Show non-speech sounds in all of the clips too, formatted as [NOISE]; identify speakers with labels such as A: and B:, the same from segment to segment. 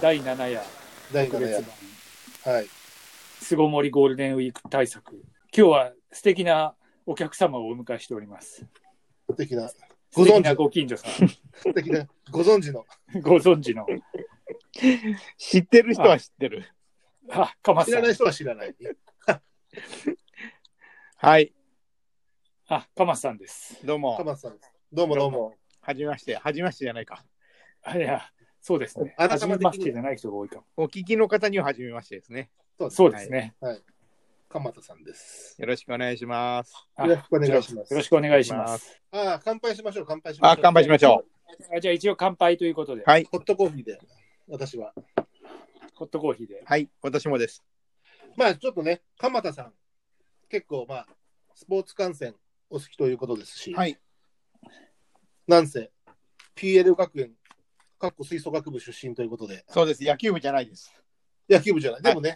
A: 第7夜
B: 第
A: 特
B: 7
A: 別
B: 夜
A: 版。
B: はい。
A: 巣ごもりゴールデンウィーク対策今日は素敵なお客様をお迎えしております
B: 素敵な、
A: 素
B: ご存知
A: 敵なご近所さ
B: 素敵な、ご存知の。
A: ん [LAUGHS] ご存知の
C: 知ってる人は知ってる。
A: あかま
B: 知
A: さ
B: ら
A: ん
B: ない人は知らない。
C: はい、
A: あかまさんです
C: どう
B: カ
C: も。
B: マさんです。どうもどうも。
C: はじめまして。はじめましてじゃないか。
A: あいやそうですね
B: 改めて
A: 初めましてじゃない人が多いかも
C: お聞きの方にははじめましてですね。
A: そうですね、
B: カマタさんです。
C: よろしくお願いします。
A: あ
B: よろしくお願いします
A: よろ。しくお願いします
B: ああ、乾杯しましょう、乾杯しましょう。
C: あ、乾杯しましょ
A: あじゃあ一応乾杯ということで、
C: う。はい。
B: ホットコーヒーで、私は。
A: ホットコーヒーで
C: はい、私もです。
B: まあ、ちょっとね、鎌田さん、結構、まあ、スポーツ観戦お好きということですし、
C: はい。
B: なんせ、PL 学園、かっこ吹奏楽部出身ということで、
C: そうです。野球部じゃないです。
B: 野球部じゃない、でもね、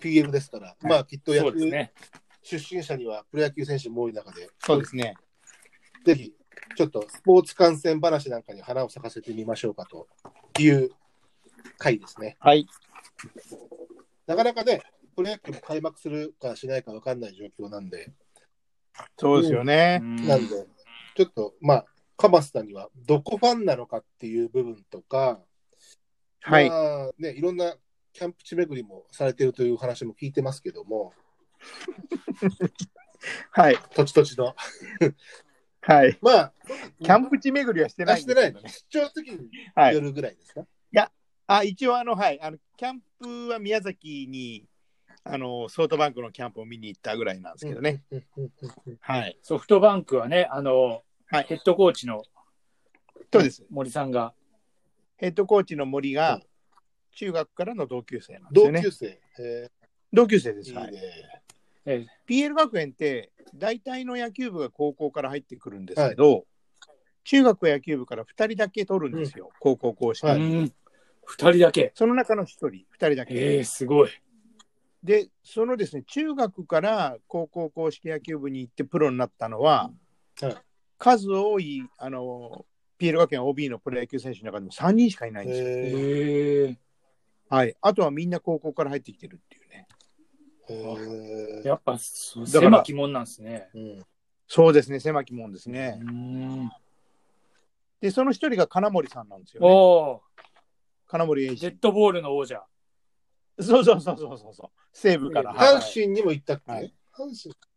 B: PL ですから、まあ、きっと
A: そ
B: 野
A: うです
B: 球
A: ね
B: 出身者にはプロ野球選手も多い中で、
C: そうですね。
B: ぜひ、ちょっとスポーツ観戦話なんかに花を咲かせてみましょうかという回ですね。
C: はい。
B: なかなかね、プロ野球も開幕するかしないか分かんない状況なんで、
C: そうですよね
A: う。ん
B: なんで、ちょっと、まあ、カマスタにはどこファンなのかっていう部分とか、
C: はい
B: ま。あね、いろんなキャンプ地巡りもされてるという話も聞いてますけども、
C: はい。
B: 土地土地の。
C: はい。
B: まあ、
C: キャンプ地巡りはして
B: 出
C: ない
B: し
C: ん
B: て
C: ですけど
B: ない
C: ね。
B: の、出張時に
C: はい。
B: よるぐらいですか、
C: あ、一応あの、はい、あの、キャンプは宮崎に、あの、ソフトバンクのキャンプを見に行ったぐらいなんですけどね。
B: うんうんうんうん
C: はい。
A: ソフトバンクはねあの、
C: はい
A: ヘッドコーチの
C: そうです。
A: 森さんが
C: ヘッドコーチの森
B: う
C: が、中学からの同級生なんで
B: 同
C: すよね
B: 級。生、え
C: 同級生で
B: ー
C: す。
B: いい
C: はい。
B: ね。
A: え
C: PL 学園って、大体の野球部が高校から入ってくるんですけど、中学は野球部から2人だけ取るんですよ、高校講師、
A: ー
B: は
A: う
B: い
A: ん2人だけ
C: その中の1人、2人だけ。
A: えー、すごい。
C: で、そのですね、中学から高校公式野球部に行ってプロになったのは、
B: はい
C: 数多い、あの、PL 学園 OB のプロ野球選手の中でも3人しかいないんですよ。
A: え
B: え
A: ー、
C: はい。あとはみんな高校から入ってきてるっていうね。
B: ーえー
A: やっぱそう
C: だから
A: 狭き門なんですね。
B: うん
C: そうですね、狭きもんです
A: う
C: ね。
A: ん。
C: で、その一人が金森さんなんですよ、
A: お
C: ね。
A: お
C: 金森英
A: ー、ジェ
C: 一
A: ッ。トボールの王者。 [LAUGHS]
C: そうそうそうそうそうそう。西部から。
A: はい
B: 阪神にも行ったっけ、
C: はい
B: 阪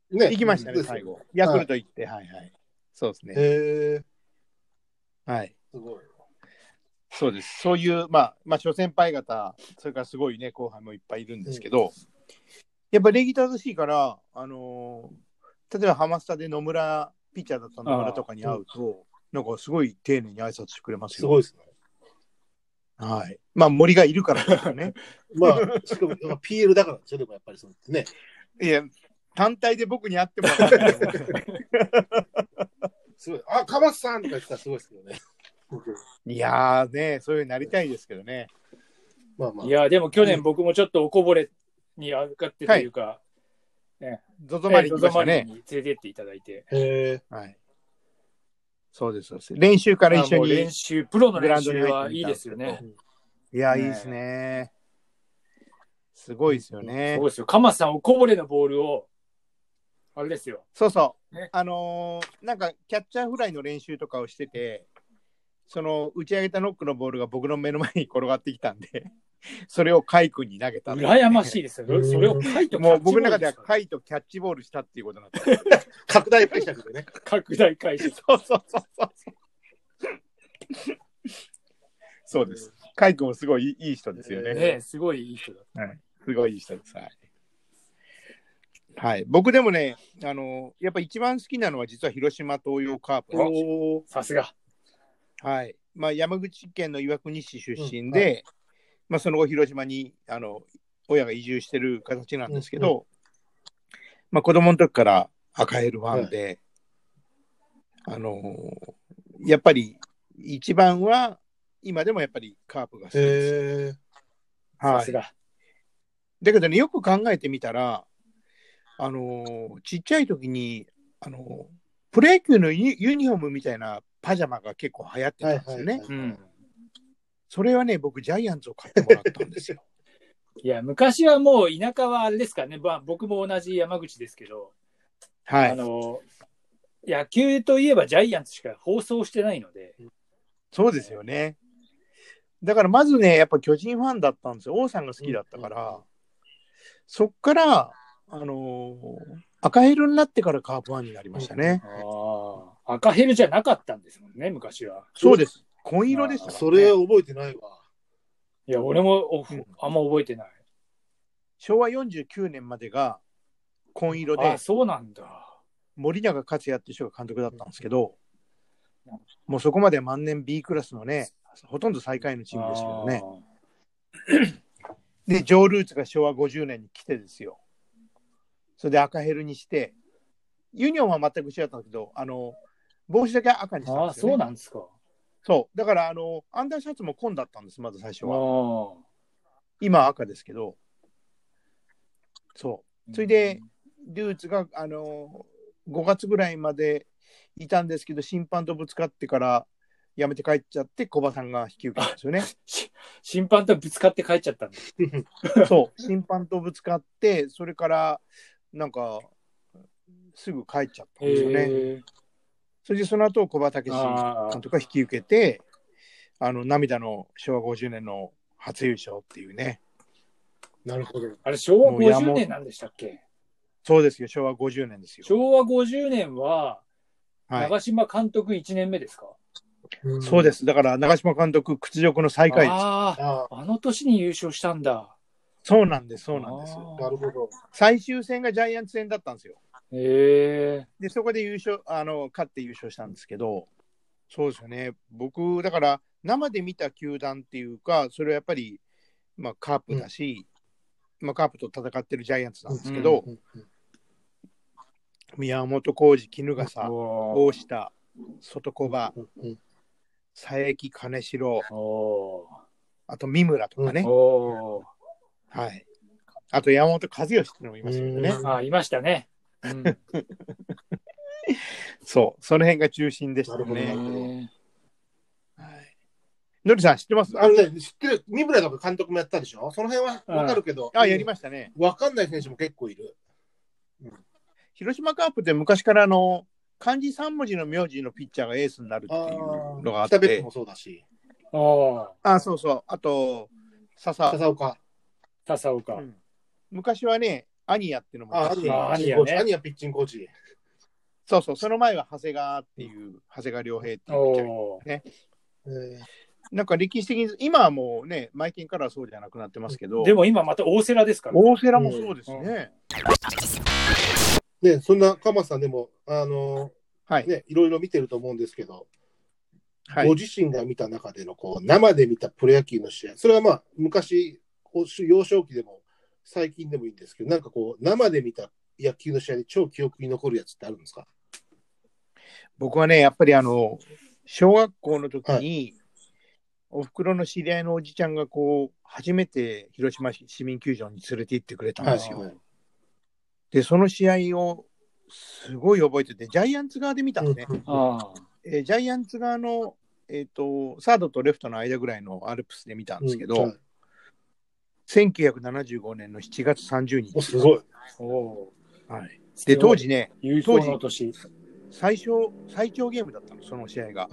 B: 神ね
C: 行きましたね、
B: ですよ
C: 最後。ヤクルト行って、はい、はい。そうですね。
B: へえ
C: はい。
B: すごい。
C: そうです。そういう、まあ、まあ、諸先輩方、それからすごいね、後輩もいっぱいいるんですけど、やっぱ礼儀正しいから、あのー例えばハマスタで野村、ピッチャーだった野村とかに会うと、なんかすごい丁寧に挨拶してくれます
B: す
C: よ。
B: ごいですね。
C: はい。まあ、森がいるからですよね。
B: ま [LAUGHS] あ、しかもまあ PL だからですよ、でもやっぱりそうですね。
C: [LAUGHS] いや、単体で僕に会ってもらないと思う
B: すごい。あ、かまさんとか言ってたらすごいですけどね。
C: いやーね、そういうのなりたいですけどね。
B: [LAUGHS] まあまあ
A: い、や、でも去年僕もちょっとおこぼれに上がってというか、
C: ゾゾ
A: ゾ
C: マリン行きました
A: マリ
C: ね
A: ン。に連れてっていただいて、
B: へえ
C: はい。そうです、そうです。練習から一
A: あ
C: 緒
A: もう
C: に。
A: 練習、プロの
C: グラ
A: 練
C: ウンド
A: 習
C: に入っ
A: は
C: て
A: い
C: み
A: い
C: たん
A: で
C: ですす
A: よ
C: けど
A: ね。
C: いや、
A: ね
C: いいですね。すごいですよね
A: そう。ですよ。鎌さん、おこぼれのボールを、あれですよ。
C: そうそう。
A: ね
C: あのーなんか、キャッチャーフライの練習とかをしてて、その、打ち上げたノックのボールが僕の目の前に転がってきたんで、 [LAUGHS] それをカイ君に投げた。
A: 羨ましいですよ。
B: うん
A: それをカイト
C: もう僕の中では
A: す
C: カイとキャッチボールしたっていうことになった。
B: 拡大解釈でね。
A: 拡大解釈。
C: そうそうそう
A: [LAUGHS]
C: そう。そうです。カイ君もすごいいいいい人ですよね。
A: ねすごいいい人だ。
C: すごいいい人です。はい。はい、僕でもね、あのやっぱ一番好きなのは実は広島東洋カープなんですよ
A: おお、さすが。
C: はいまあ、山口県の岩国市出身
B: うん
C: で、まあ、その後広島にあの親が移住してる形なんですけど、まあ、子供の時から赤ヘルファンで、あのやっぱり一番は今でもやっぱりカープが好きです。
B: へえ
C: は
A: さ
C: い
A: すが。
C: だけどね、よく考えてみたら、あのーちっちゃい時に、あのープロ野球のユニユニフォームみたいなパジャマが結構流行ってたんですよね。
B: はいはいはい
A: うん。
C: それはね、僕、ジャイアンツを買ってもらった
B: [LAUGHS]
C: んですよ。
A: いや、昔はもう田舎はあれですかね、まあ、僕も同じ山口ですけど、
C: は
A: あ
C: い。
A: の、野球といえばジャイアンツしか放送してないので、
C: そうですよね。だからまずね、やっぱ巨人ファンだったんですよ。王さんが好きだったから、
B: うん
C: そっから、あのー赤ヘルになってからカープファンになりましたね。
A: ああ、赤ヘルじゃなかったんですもんね、昔は。
C: そうです。紺色でしたから、ね。
B: それ覚えてないわ。
A: いや、俺もお
C: うん
A: あんま覚えてない。
C: 昭和49年までが紺色
A: あ
C: で
A: あ、、そうなんだ。
C: 森永克也って人が監督だったんですけど、もうそこまでは万年 B クラスのね、ほとんど最下位のチームですけどね。で、ジョー・ルーツが昭和50年に来てですよ。それで赤ヘルにして、ユニオンは全く一緒だったんだけど、あの、帽子だけ赤にし
A: あ
C: た
A: ー
C: ん
A: あー、
C: ですよ、ね。
A: そうなんですか。
C: そうだから、あの、アンダーシャツも紺だったんです、まず最初
A: あ
C: は。
A: ー
C: 今は赤ですけど。そう。それで、ルーツが、あの、5月ぐらいまでいたんですけど、審判とぶつかってから、辞めて帰っちゃって、小バさんが引き受けたんですよね。
A: し審判とぶつかって帰っちゃったんだ。
C: そう、審判とぶつかって、それから、なんか、すぐ帰っちゃったんですよね。
A: へ
C: それでその後、小葉武
A: ー
C: 史
A: あー
C: 監督が引き受けて、あの、涙の昭和50年の初優勝っていうね。
B: なるほど。。
A: あれ、昭和
C: もう山
A: 50年なんでしたっけ
C: そうですよ、昭和50年ですよ。
A: 昭和50年は、
C: はい。
A: 長嶋監督1年目ですか、
C: そうですす。だから、長嶋監督、屈辱の最下位です。
A: ああ、
B: あ
A: あの年に優勝したんだ。
C: そうなんです、そうなんです。
B: あ、なるほど。
C: 最終戦がジャイアンツ戦だったんですよ。
A: ええ
C: で、そこで優勝、あの、勝って優勝したんですけど、そうですよね。僕、だから、生で見た球団っていうか、それはやっぱり、まあ、カープだし、まあ、カープと戦ってるジャイアンツなんですけど、
A: う
B: うんうん
C: 宮本浩二、衣笠、
A: お
C: 大下、外小葉、
B: うん
C: 佐伯、金城、
A: ーお
C: あと三村とか
A: ー
C: ね、
A: お
C: はい。あと山本和義っていうのもいますよね
B: う。
A: ーああ、いましたね。うん、
C: そう、その辺が中心でしたよ
B: なる
C: ね。
B: ほど
A: ね
C: はいのりさん知ってます
B: あのね、知ってる、三村とか監督もやったでしょその辺はわかるけど。
C: あ、やりましたね。
B: わかんない選手も結構いる。
C: 広島カープって昔からあの、漢字3文字の名字のピッチャーがエースになるっていうのがあっ
B: 北別府
C: て
B: も、そうだし、
A: ああ、
C: あ、そうそう、あと、笹、
B: 笹岡。
A: 笹岡。
C: うん昔はね、アニヤっていうのも
B: あ、
C: あ
B: ア
C: っ
B: ニ
C: て、
B: ア、
A: あ
B: アニ
A: 兄や
B: アコ
A: ね
B: ーチ、アニアピッチングコーチ。
C: そうそう、その前は長谷川っていう、長谷川良平っていうピッチャーが
A: おー
B: えー
C: なんか歴史的に、今はもうね、マイケンからはそうじゃなくなってますけど、
A: でも今また大瀬良ですからね、
C: 大瀬良もそうですね。
A: うん
B: ね、そんな鎌田さんでも、あの
C: はい、
B: ね、いろいろ見てると思うんですけど、
C: はい
B: ご。自身が見た中でのこう生で見たプロ野球の試合、それはまあ昔、こう幼少期でも最近でもいいんですけど、なんかこう、生で見た野球の試合で超記憶に残るやつってあるんですか
C: 僕はね、やっぱりあの、小学校の時に、おふくろの知り合いのおじちゃんがこう、初めて広島市市民球場に連れて行ってくれたんですよ。
B: はい
C: で、その試合をすごい覚えてて、ジャイアンツ側で見たのね。
A: あ
C: えージャイアンツ側の、えっ、と、サードとレフトの間ぐらいのアルプスで見たんですけど、
B: うんはい
C: 1975年の7月30
B: お
C: 日。
B: すごい。
A: あ。お
C: はい、
A: ー
C: で、当時。ね、
A: 優勝の年。
C: 最小、最長ゲームだったの、その試合が。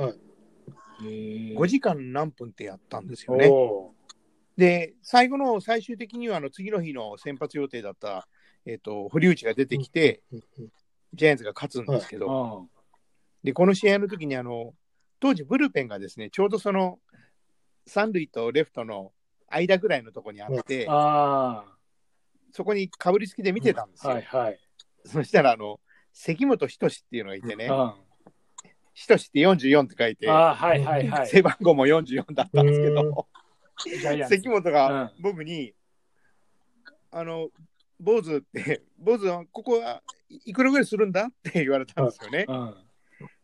C: 5
A: 5
C: 時間何分ってやったんですよね。
A: お
C: で、最後の最終的には、あの次の日の先発予定だった、えっと堀内が出てきて、ジャイアンツが勝つんですけ
A: ー
C: ど、
A: あ
C: でこの試合の時にあの当時、ブルペンがですねちょうどその三塁とレフトの間ぐらいのとこにあっ
A: ー
C: て、
A: あ
C: そこにかぶりつきで見てたんです
A: ー、
C: よ。
A: はいはい。
C: そしたらあの関本仁志っていうのがいてね、
A: あ
C: 仁志って44って書いて、
A: あー、はいはい
C: [LAUGHS]
A: はい。
C: 背番号も44だったんですけ
B: うん
C: ど。
A: ジャイアンツ
C: 関本が僕に、あの、坊主って、 [LAUGHS] 坊主はここはいくらぐらいするんだ [LAUGHS] って言われたんですよね。
A: うん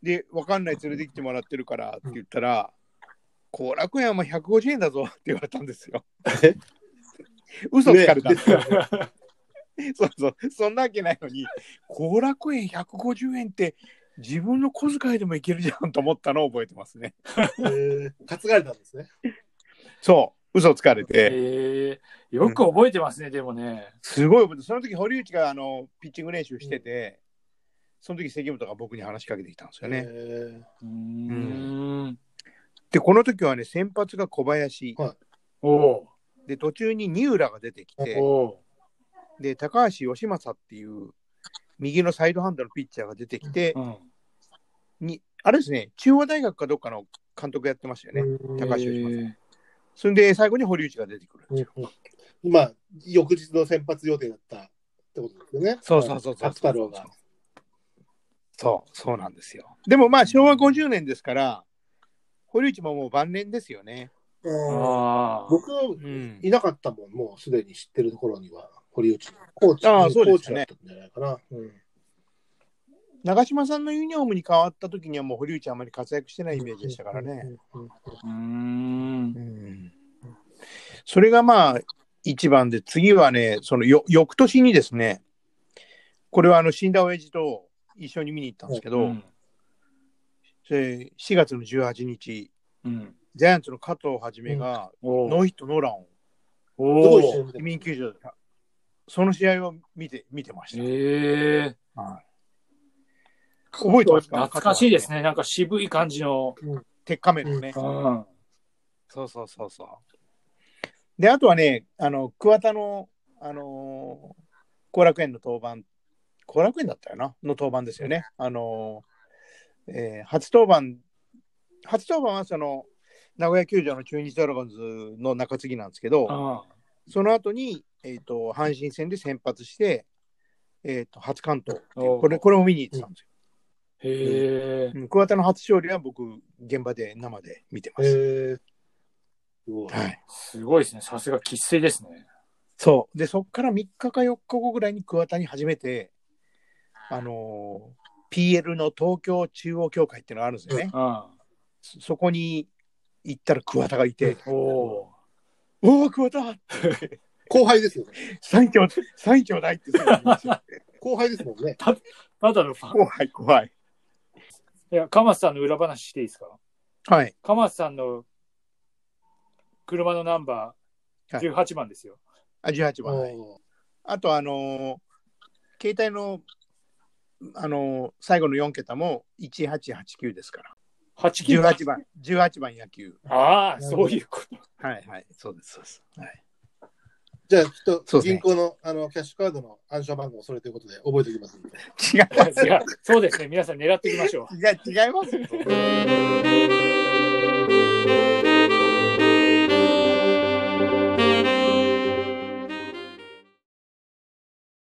C: で、わかんない連れてきてもらってるからって言ったら、後楽園はもう150円だぞ [LAUGHS] って言われたんですよ。 [LAUGHS] 嘘つかれた、
B: ね
C: [LAUGHS] そうそう、そんなわけないのに、後楽園150円って自分の小遣いでもいけるじゃんと思ったのを覚えてますね。
B: えー担がれたんですね。
C: そう、嘘つかれて、
A: えー、よく覚えてますね、でもね。
C: すごい覚えて、その時堀内があのピッチング練習してて、その時関本が僕に話しかけてきたんですよね。
B: え
A: うーん。
C: で、この時はね、先発が小林、
B: はい
A: お
C: で、途中に二浦が出てき
A: お
C: て、
A: お
C: で、高橋義正っていう、右のサイドハンドのピッチャーが出てきて
A: う、ん。
C: にあれですね、中央大学かどっかの監督やってましたよね。
B: ー
C: 高橋由
A: えー
C: それで、最後に堀内が出てくる。
B: うんまあ、翌日の先発予定だったってことですよね。
C: そうそうそうそう。
B: 勝太郎が。
C: そう、そうなんですよ。でもまあ、昭和50年ですから、堀内ももう晩年ですよね。
B: うん
A: ああ。
B: 僕、
C: うん。
B: いなかったもん、もうすでに知ってるところには、堀内。コーチ、
C: ああそうで
B: コー
C: す
B: チ
C: よ
B: だっ
C: ね
B: たんじゃないかな。うん
C: 長嶋さんのユニフォームに変わった時にはもう堀内あまり活躍してないイメージでしたからね。。
B: うんうん
A: うーん。
C: うん。それがまあ、一番で、次はね、そのよ翌年にですね、これはあの死んだ親父と一緒に見に行ったんですけど、
A: ん。
C: で4月の18日、
A: うん。
C: ジャイアンツの加藤はじめが
A: お
C: ノーヒットノーランを
B: す
A: お
B: ごい
A: ー
B: 試合
C: 移
B: 見
C: 民球場で、その試合を見て見てました。
A: ええ
C: はい覚えてますか
A: 懐かしいです
C: ね。
A: ね。なんか渋い感じの。
C: 鉄仮面のね。
A: うん。
C: そうそうそうそう。で、あとはね、あの、桑田の、あのー後楽園の登板、後楽園だったよな、の登板ですよね。あのーえー初登板、初登板はその、名古屋球場の中日ドラゴンズの中継ぎなんですけど、
A: あ
C: その後に、えっ、と、阪神戦で先発して、えっ、と、初関東っていう
A: おう
C: これ、これを見に行ってたんですよ。
A: へえ。
C: うん桑田の初勝利は僕、現場で生で見てま
B: え
C: す。
B: ーすごい
C: はい。
A: すごいですね。さすが喫水ですね。
C: そう。で、そこから3日か4日後ぐらいに桑田に初めて、あのー PL の東京中央協会っていうのがあるんですよね。
A: うん。
C: そそこに行ったら桑田がいて、
A: おお
C: おお、桑田
B: 後輩ですよね。
C: サインちょうだいサインちょうだいってすぐ言いますよ
B: 後輩ですもんね。
A: ー。ただのファン。
C: [LAUGHS] 怖い、怖い。
A: いや、鎌田さんの裏話していいですか
C: はい。
A: 鎌田さんの車のナンバー
C: はい
A: 18番ですよ。
C: あ、18番。はい
B: おー
C: あと、あのー携帯の、あのー最後の4桁も1889ですから。
A: 89
C: 18番、18番野球。
A: ああ、そういうこと。
C: はいはい、そうです、そうです。はい、
B: じゃあ、きっ
C: そう
B: と
C: ですね
B: 銀行のあのキャッシュカードの暗証番号、それということで覚えておきますんで。
C: 違う、
A: いや、そうですね。皆さん狙っていきましょう。
C: 違う違いますよ。